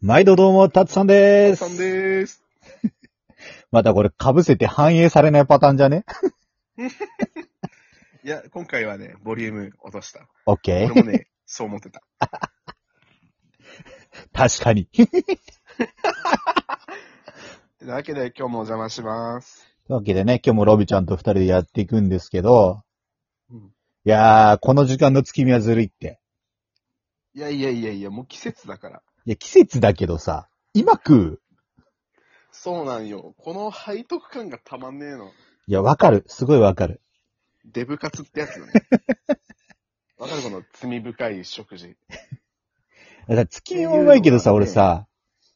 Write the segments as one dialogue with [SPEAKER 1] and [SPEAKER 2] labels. [SPEAKER 1] 毎度どうも、たつさんでー
[SPEAKER 2] さん
[SPEAKER 1] す。
[SPEAKER 2] でーす。
[SPEAKER 1] またこれ被せて反映されないパターンじゃ ね
[SPEAKER 2] いや、今回はね、ボリューム落とした。
[SPEAKER 1] オッケ
[SPEAKER 2] 俺
[SPEAKER 1] ー。
[SPEAKER 2] もね、 そう思ってた。
[SPEAKER 1] 確かに。
[SPEAKER 2] というわけで、今日もお邪魔します。
[SPEAKER 1] というわけでね、今日もロビちゃんと二人でやっていくんですけど、
[SPEAKER 2] うん
[SPEAKER 1] いやー、この時間の月見はずるいって。
[SPEAKER 2] いやいやいやいや、もう季節だから。
[SPEAKER 1] いや、季節だけどさ、今食う
[SPEAKER 2] そうなんよ。この背徳感がたまんねえの。
[SPEAKER 1] いや、わかる。すごいわかる。
[SPEAKER 2] デブカツってやつだ ね。わかるこの罪深い食事。
[SPEAKER 1] だから月見もうまいけどさ、
[SPEAKER 2] っていう
[SPEAKER 1] 俺
[SPEAKER 2] の
[SPEAKER 1] さ、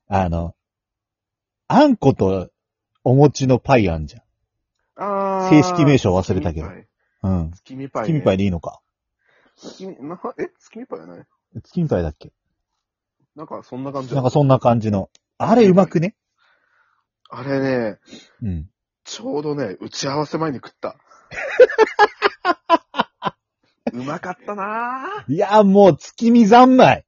[SPEAKER 1] あの、あんことお餅のパイあんじ
[SPEAKER 2] あ
[SPEAKER 1] ゃん。正式名称忘れたけど。うん。
[SPEAKER 2] 月見パイ。
[SPEAKER 1] 月見パイ
[SPEAKER 2] イね。
[SPEAKER 1] でいいのか。
[SPEAKER 2] 月見、な、え月見パイじゃない
[SPEAKER 1] 月見パイだっけ
[SPEAKER 2] なんかそんな感じ
[SPEAKER 1] なんかそんな感じの。あれうまくね
[SPEAKER 2] あれね、
[SPEAKER 1] うん。
[SPEAKER 2] ちょうどね、打ち合わせ前に食った。うまかったなぁ。
[SPEAKER 1] いや、もう月見三昧。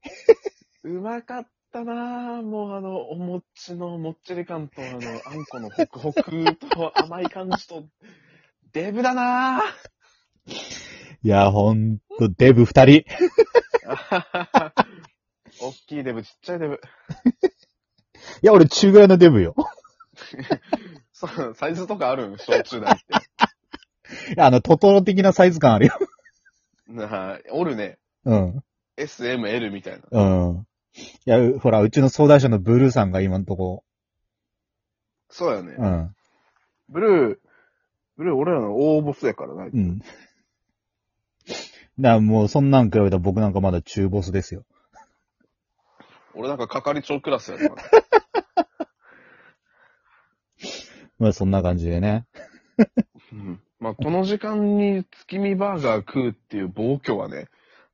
[SPEAKER 2] うまかったなぁ。もうあの、お餅のもっちり感と、あの、あんこのホクホクと甘い感じと、デブだなぁ。
[SPEAKER 1] いや、ほんと、デブ二人。
[SPEAKER 2] あはははおっきいデブ、ちっちゃいデブ。
[SPEAKER 1] いや、俺中ぐらいのデブよ。
[SPEAKER 2] そう、サイズとかあるん小中大って。
[SPEAKER 1] いやあの、トトロ的なサイズ感あるよ。
[SPEAKER 2] なあおるね。
[SPEAKER 1] うん。
[SPEAKER 2] SML みたいな。
[SPEAKER 1] うん。いや、うほら、うちの相談者のブルーさんが今んとこ、
[SPEAKER 2] そうやね。
[SPEAKER 1] うん。
[SPEAKER 2] ブルー、ブルー俺らの大ボスやからな。
[SPEAKER 1] うん。な、もう、そんなん比べたら僕なんかまだ中ボスですよ。
[SPEAKER 2] 俺なんか係長クラスやから。
[SPEAKER 1] まあ、そんな感じでね。
[SPEAKER 2] うんまあ、この時間に月見バーガー食うっていう暴挙はね、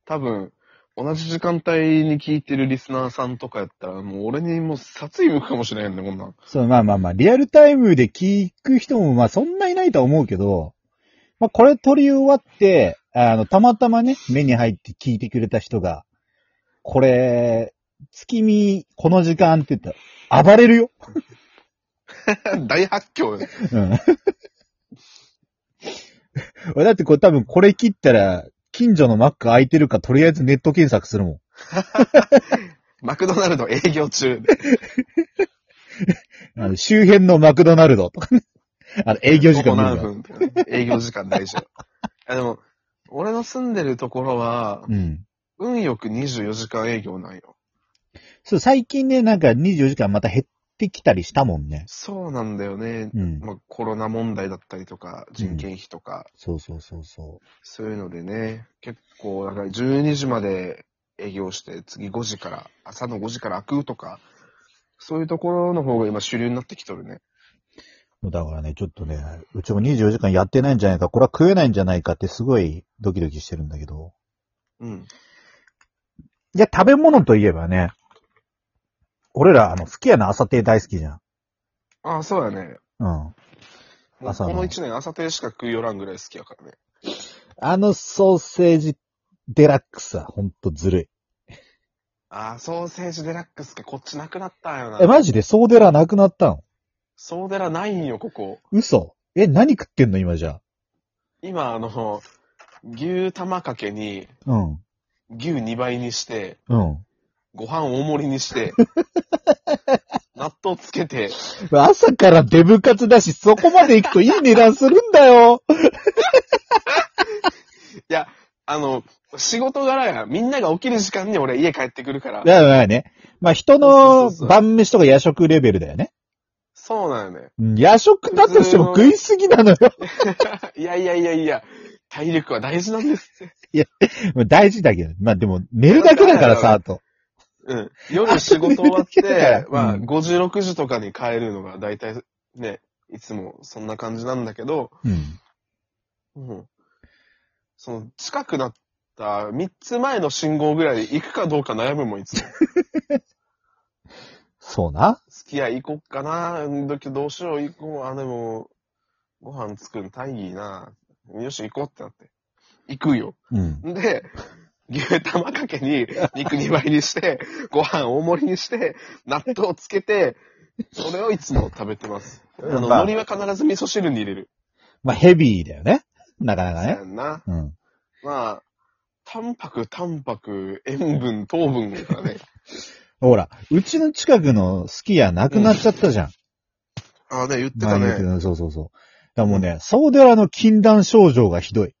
[SPEAKER 2] 多分、同じ時間帯に聞いてるリスナーさんとかやったら、もう俺にもう殺意向くかもしれへんね、こんなん。
[SPEAKER 1] そう、まあまあまあ、リアルタイムで聞く人も、まあ、そんないないとは思うけど、まあ、これ取り終わって、あの、たまたまね、目に入って聞いてくれた人が、これ、月見、この時間って言ったら、暴れるよ。
[SPEAKER 2] 大発狂よ。
[SPEAKER 1] うん。 俺だってこれ多分これ切ったら、近所のマック空いてるか、とりあえずネット検索するもん。
[SPEAKER 2] マクドナルド営業中。
[SPEAKER 1] あの周辺のマクドナルドとかね。あの、営業時間
[SPEAKER 2] ここ
[SPEAKER 1] 見る
[SPEAKER 2] 何
[SPEAKER 1] から
[SPEAKER 2] 分営業時間大事よ。あでも、俺の住んでるところは、
[SPEAKER 1] うん。
[SPEAKER 2] 運よく24時間営業なんよ。
[SPEAKER 1] そう、最近ね、なんか24時間また減ってきたりしたもんね。
[SPEAKER 2] そうなんだよね。
[SPEAKER 1] うん。
[SPEAKER 2] まあ、コロナ問題だったりとか、人件費とか、
[SPEAKER 1] そうそうそうそ
[SPEAKER 2] そういうのでね、結構、だから12時まで営業して、次5時から、朝の5時から開くとか、そういうところの方が今主流になってきとるね。
[SPEAKER 1] う。だからね、ちょっとね、うちも24時間やってないんじゃないか、これは食えないんじゃないかってすごいドキドキしてるんだけど。
[SPEAKER 2] うん。
[SPEAKER 1] いや、食べ物といえばね、俺ら、あの、好きやな朝亭大好きじゃん。
[SPEAKER 2] ああ、そうやね。
[SPEAKER 1] うん。
[SPEAKER 2] もう
[SPEAKER 1] 朝
[SPEAKER 2] こ
[SPEAKER 1] の
[SPEAKER 2] の1年朝定しか食いよらんぐらい好きやからね。
[SPEAKER 1] あのソーセージデラックスはほんとずる
[SPEAKER 2] ああ、ソーセージデラックスか、こっちなくなったんよ
[SPEAKER 1] い。え、
[SPEAKER 2] な。
[SPEAKER 1] マジでソーデラなくなったの
[SPEAKER 2] ソーデラないんよ、ここ。
[SPEAKER 1] 嘘え、何食ってんの今じゃ
[SPEAKER 2] 今、あの、牛玉かけに、
[SPEAKER 1] あ。うん。
[SPEAKER 2] 牛2倍にして、
[SPEAKER 1] うん。
[SPEAKER 2] ご飯大盛り にして、納豆つけて、
[SPEAKER 1] 朝からデブカツだし、そこまで行くといい値段するんだよ。
[SPEAKER 2] あの、仕事柄や、みんなが起きる時間に俺家帰ってくるから。
[SPEAKER 1] だからね。まあ、人
[SPEAKER 2] そ
[SPEAKER 1] の
[SPEAKER 2] うそうそう
[SPEAKER 1] 晩飯とか夜食レベルだよね。
[SPEAKER 2] そうなのよね。
[SPEAKER 1] うん夜食だとしても食いすぎなのよ。
[SPEAKER 2] いやいやいやいや、体力は大事なんですって。
[SPEAKER 1] まあ大事だけど。まあでも、寝るだけだからさ、と。
[SPEAKER 2] うん。夜仕事終わって、
[SPEAKER 1] うん
[SPEAKER 2] まあ、5時、6時とかに帰るのが大体ね、いつもそんな感じなんだけど、
[SPEAKER 1] うん。
[SPEAKER 2] うん。その、近くなった3つ前の信号ぐらい行くかどうか悩むもん、いつも。
[SPEAKER 1] そうな。
[SPEAKER 2] 付き合い行こっかな、うんどどうしよう、行こう、あ、でも、ご飯作るの大義な、よし、行こうってなって。行くよ。
[SPEAKER 1] うん。
[SPEAKER 2] で、牛玉かけに肉2倍にして、ご飯大盛りにして、納豆をつけて、それをいつも食べてます。あの、
[SPEAKER 1] まあ
[SPEAKER 2] 海苔は必ず味噌汁に入れる。
[SPEAKER 1] まあ、ヘビーだよね。なかなか
[SPEAKER 2] そう
[SPEAKER 1] ね
[SPEAKER 2] や。んな。
[SPEAKER 1] うん。
[SPEAKER 2] まあ、タンパク、タンパク、塩分、糖分だからね。
[SPEAKER 1] ほら、うちの近くのスキ家なくなっちゃったじゃん。
[SPEAKER 2] ああね、言って
[SPEAKER 1] 前
[SPEAKER 2] た
[SPEAKER 1] 言って
[SPEAKER 2] ね。
[SPEAKER 1] たそうそうそう。だからもうね、ソーデラの禁断症状がひどい。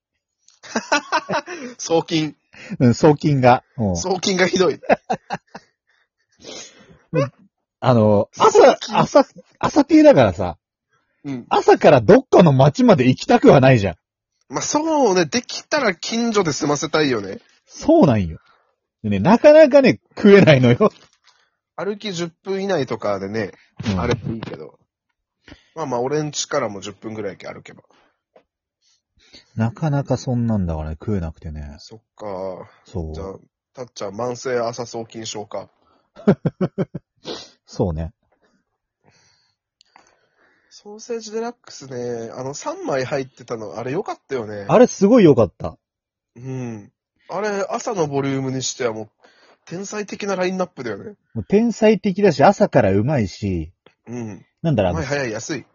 [SPEAKER 2] 送金。
[SPEAKER 1] うん、送金が。もう
[SPEAKER 2] 送金がひどい。
[SPEAKER 1] あの、
[SPEAKER 2] 送
[SPEAKER 1] 朝、朝、朝系だからさ、
[SPEAKER 2] うん。
[SPEAKER 1] 朝からどっかの街まで行きたくはないじゃん。
[SPEAKER 2] まあ、そうね、できたら近所で済ませたいよね。
[SPEAKER 1] そうなんよ。でね、なかなかね、食えないのよ。
[SPEAKER 2] 歩き10分以内とかでね、
[SPEAKER 1] うん
[SPEAKER 2] あればいいけど。まあまあ、俺ん家からも10分ぐらい歩けば。
[SPEAKER 1] なかなかそんなんだからね、食えなくてね。
[SPEAKER 2] そっか。
[SPEAKER 1] そ
[SPEAKER 2] じゃ
[SPEAKER 1] う。
[SPEAKER 2] あ、たっちゃん、慢性朝送金症か。
[SPEAKER 1] そうね。
[SPEAKER 2] ソーセージデラックスね、あの、3枚入ってたの、あれ良かったよね。
[SPEAKER 1] あれすごい良かった。
[SPEAKER 2] うん。あれ、朝のボリュームにしてはもう、天才的なラインナップだよね。
[SPEAKER 1] もう天才的だし、朝からうまいし、
[SPEAKER 2] うん。
[SPEAKER 1] なんだろう、あの
[SPEAKER 2] 前早い、安い。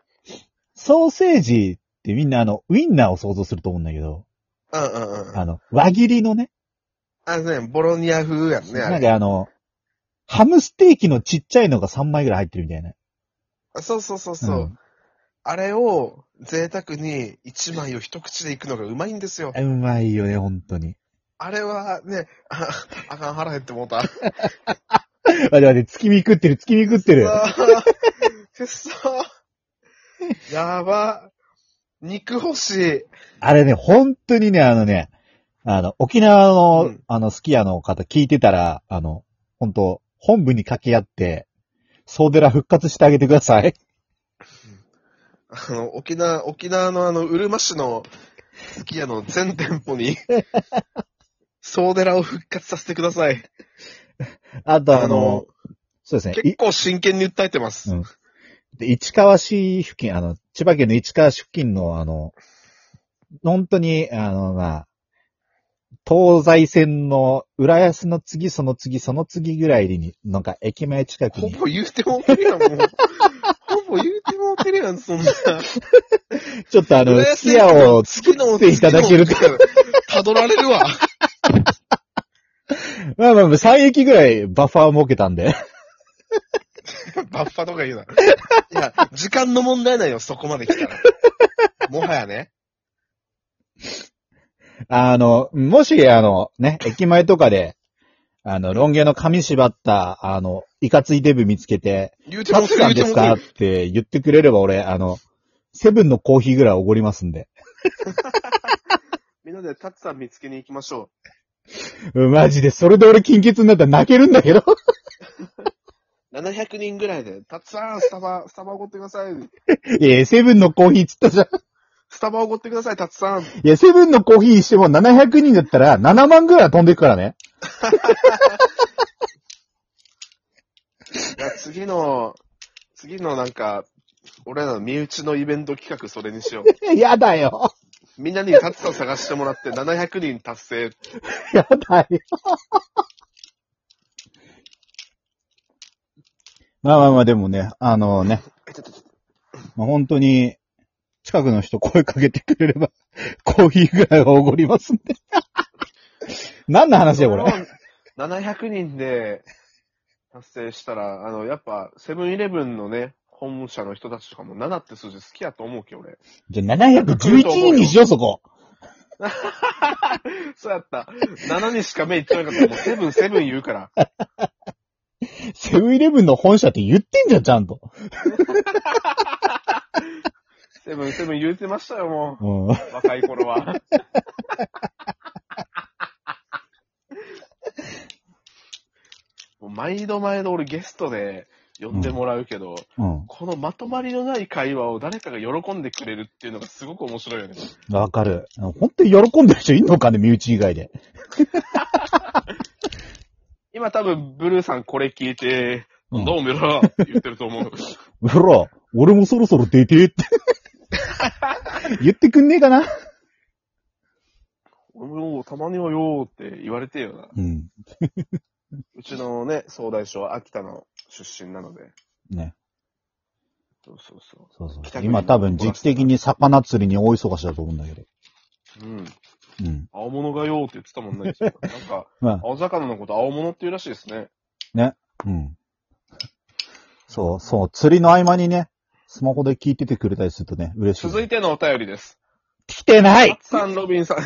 [SPEAKER 1] ソーセージってみんなあの、ウインナーを想像すると思うんだけど、
[SPEAKER 2] うんうんうん。
[SPEAKER 1] あの、輪切りのね、
[SPEAKER 2] あのね、ボロニア風やんね、あ
[SPEAKER 1] なん
[SPEAKER 2] れ。
[SPEAKER 1] かあの、ハムステーキのちっちゃいのが3枚ぐらい入ってるみたいな。
[SPEAKER 2] あそうそうそうそう。
[SPEAKER 1] ん
[SPEAKER 2] あれを、贅沢に1枚を一口でいくのがうまいんですよ。
[SPEAKER 1] うまいよね、本当に。
[SPEAKER 2] あれはね、 あ、あかん腹減ってもうた。
[SPEAKER 1] 待って待って、月見食ってる、月見食っ てる。
[SPEAKER 2] くっそーやば。肉欲しい。
[SPEAKER 1] あれね、本当にね、あのね、あの、沖縄の、
[SPEAKER 2] うん
[SPEAKER 1] あの、スキヤの方聞いてたら、あの、本当本部に掛け合って、ソーデラ復活してあげてください。
[SPEAKER 2] あの、沖縄、沖縄のあの、うるま市の、すき家の全店 舗に、ソーデラを復活させてください。
[SPEAKER 1] あとあの、そうですね、
[SPEAKER 2] 結構真剣に訴えてます。
[SPEAKER 1] うんで市川市付近、あの、千葉県の市川市付近の、あの、本当に、あの、まあ、東西線の浦安の次、その次、その次ぐらいに、なんか駅前近く
[SPEAKER 2] ほ
[SPEAKER 1] に、
[SPEAKER 2] ぼ言うてもうてるやん、もう。ほぼ言うてもうてるやん、そんな。
[SPEAKER 1] ちょっとあの、スキヤを作っていただけると。
[SPEAKER 2] か。辿られるわ。
[SPEAKER 1] まあまあまあ、3駅ぐらいバッファー設けたんで。
[SPEAKER 2] バッファとか言うな。いや、時間の問題ないよ、そこまで来たら。もはやね。
[SPEAKER 1] あの、もし、あの、ね、駅前とかで、あの、ロン毛の髪縛った、あの、いかついデブ見つけて、
[SPEAKER 2] 言うて
[SPEAKER 1] サ
[SPEAKER 2] もう
[SPEAKER 1] ツ
[SPEAKER 2] てる、
[SPEAKER 1] さん
[SPEAKER 2] 言う
[SPEAKER 1] で
[SPEAKER 2] ても
[SPEAKER 1] す
[SPEAKER 2] うて
[SPEAKER 1] かっ
[SPEAKER 2] る。
[SPEAKER 1] て言ってくれれば俺、あの、セブンのコーヒーぐらいおごりますんで。
[SPEAKER 2] みんなでタツさん見つけに行きましょ
[SPEAKER 1] うんマジで、それで俺金欠になったら泣けるんだけど。
[SPEAKER 2] う。700人ぐらいで、タツさん、スタバ、スタバおごってください。
[SPEAKER 1] いや、セブンのコーヒーっつったじゃん。
[SPEAKER 2] スタバおごってください、タツさん。
[SPEAKER 1] いや、セブンのコーヒーにしても700人だったら7万ぐらい飛んでいくからね。
[SPEAKER 2] いや、次の、次のなんか、俺らの身内のイベント企画それにしよう。
[SPEAKER 1] やだよ。
[SPEAKER 2] みんなにタツさん探してもらって700人達成。
[SPEAKER 1] やだよ。まあまあまあ、でもね、あのね、
[SPEAKER 2] えちょっとちょっと
[SPEAKER 1] まあ、本当に、近くの人声かけてくれれば、コーヒーぐらいはおごりますんで。何の話だよ、これ。
[SPEAKER 2] それを700人で達成したら、あの、やっぱ、セブンイレブンのね、本社の人たちとかも7って数字好きやと思うけど、俺。
[SPEAKER 1] じゃあ、711人にしよう、そこ。
[SPEAKER 2] そうやった。7にしか目いってなかった。もうセブン、セブン言うから。
[SPEAKER 1] セブンイレブンの本社って言ってんじゃん、ちゃんと。
[SPEAKER 2] セブン、セブン言うてましたよ、も
[SPEAKER 1] うん。
[SPEAKER 2] う。若い頃は。 もう毎度毎度俺ゲストで呼んでもらうけど、
[SPEAKER 1] うん。
[SPEAKER 2] このまとまりのない会話を誰かが喜んでくれるっていうのがすごく面白いよね。
[SPEAKER 1] わかる。本当に喜んでる人いんのかね、身内以外で。
[SPEAKER 2] 今多分、ブルーさんこれ聞いて、
[SPEAKER 1] うん
[SPEAKER 2] どうめろって言ってると思 う。
[SPEAKER 1] うら、俺もそろそろ 出てって。言ってくんねえかな
[SPEAKER 2] もうたまにはよーって言われてえよな。
[SPEAKER 1] うん。
[SPEAKER 2] うちのね、総大将は秋田の出身なので。
[SPEAKER 1] ね。
[SPEAKER 2] そうそうそ
[SPEAKER 1] そうそう
[SPEAKER 2] 北。国
[SPEAKER 1] 今多分時期的に魚釣りに大忙しだと思うんだけど。
[SPEAKER 2] う。うん。
[SPEAKER 1] うん。
[SPEAKER 2] 青物がよーって言ってたもんね。なんか、
[SPEAKER 1] まあ、
[SPEAKER 2] 青魚のこと青物っていうらしいですね。
[SPEAKER 1] うん。そう、そう、釣りの合間にね、スマホで聞いててくれたりするとね、嬉しい。
[SPEAKER 2] 続いてのお便 りです。
[SPEAKER 1] 来てな
[SPEAKER 2] ア
[SPEAKER 1] い
[SPEAKER 2] ッツさん、ロビンさん。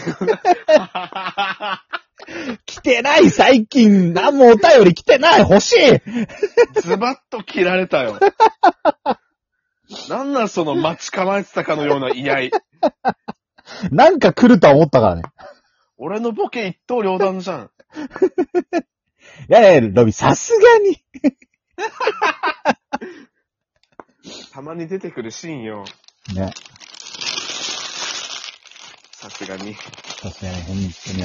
[SPEAKER 1] 来てない最近何もお便り来てない欲しい
[SPEAKER 2] ズバッと切られたよ。なんなんその待ち構えてたかのような居合。
[SPEAKER 1] なんか来るとは思ったからね。
[SPEAKER 2] 俺のボケ一刀両断じゃん。
[SPEAKER 1] いやいや、ロビー、さすがに。
[SPEAKER 2] たまに出てくるシーンよ。
[SPEAKER 1] ね、
[SPEAKER 2] さすがに。
[SPEAKER 1] さすがに、本当に。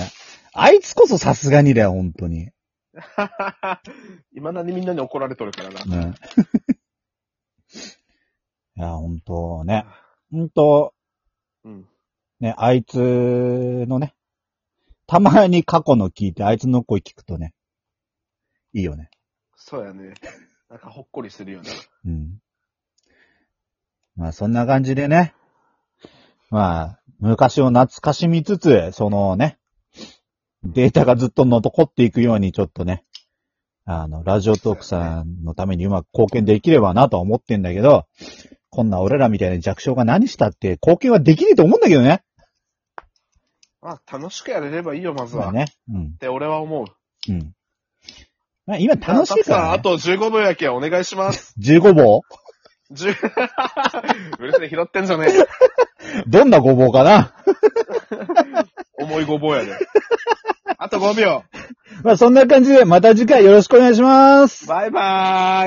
[SPEAKER 1] あいつこそさすがにだよ、本当に。
[SPEAKER 2] いまだにみんなに怒られとるからな。
[SPEAKER 1] ね。 いや、本当ね。本当
[SPEAKER 2] うん。
[SPEAKER 1] ね、あいつのね、たまに過去の聞いて、あいつの声聞くとね、いいよね。
[SPEAKER 2] そうやね。なんかほっこりするよね。
[SPEAKER 1] うん。まあ、そんな感じでね、まあ、昔を懐かしみつつ、そのね、データがずっと残っていくように、ちょっとね、あの、ラジオトークさんのためにうまく貢献できればなとは思ってんだけど、こんな俺らみたいな弱小が何したって貢献はできねえと思うんだけどね。
[SPEAKER 2] まあ、楽しくやれればいいよ、まず
[SPEAKER 1] ま
[SPEAKER 2] は。
[SPEAKER 1] あ
[SPEAKER 2] っ
[SPEAKER 1] ね。うん。
[SPEAKER 2] て俺は思う。
[SPEAKER 1] うん。まあ今楽しい
[SPEAKER 2] じゃあ
[SPEAKER 1] から、
[SPEAKER 2] あ
[SPEAKER 1] ね。
[SPEAKER 2] と15秒やけ、お願い します。
[SPEAKER 1] 15棒
[SPEAKER 2] 10うるせえ、拾ってんじゃねえ。
[SPEAKER 1] どんなごぼうかな
[SPEAKER 2] 重いごぼうやで。あと5秒。
[SPEAKER 1] まあそんな感じでまた次回よろしくお願いします。
[SPEAKER 2] バイバーイ。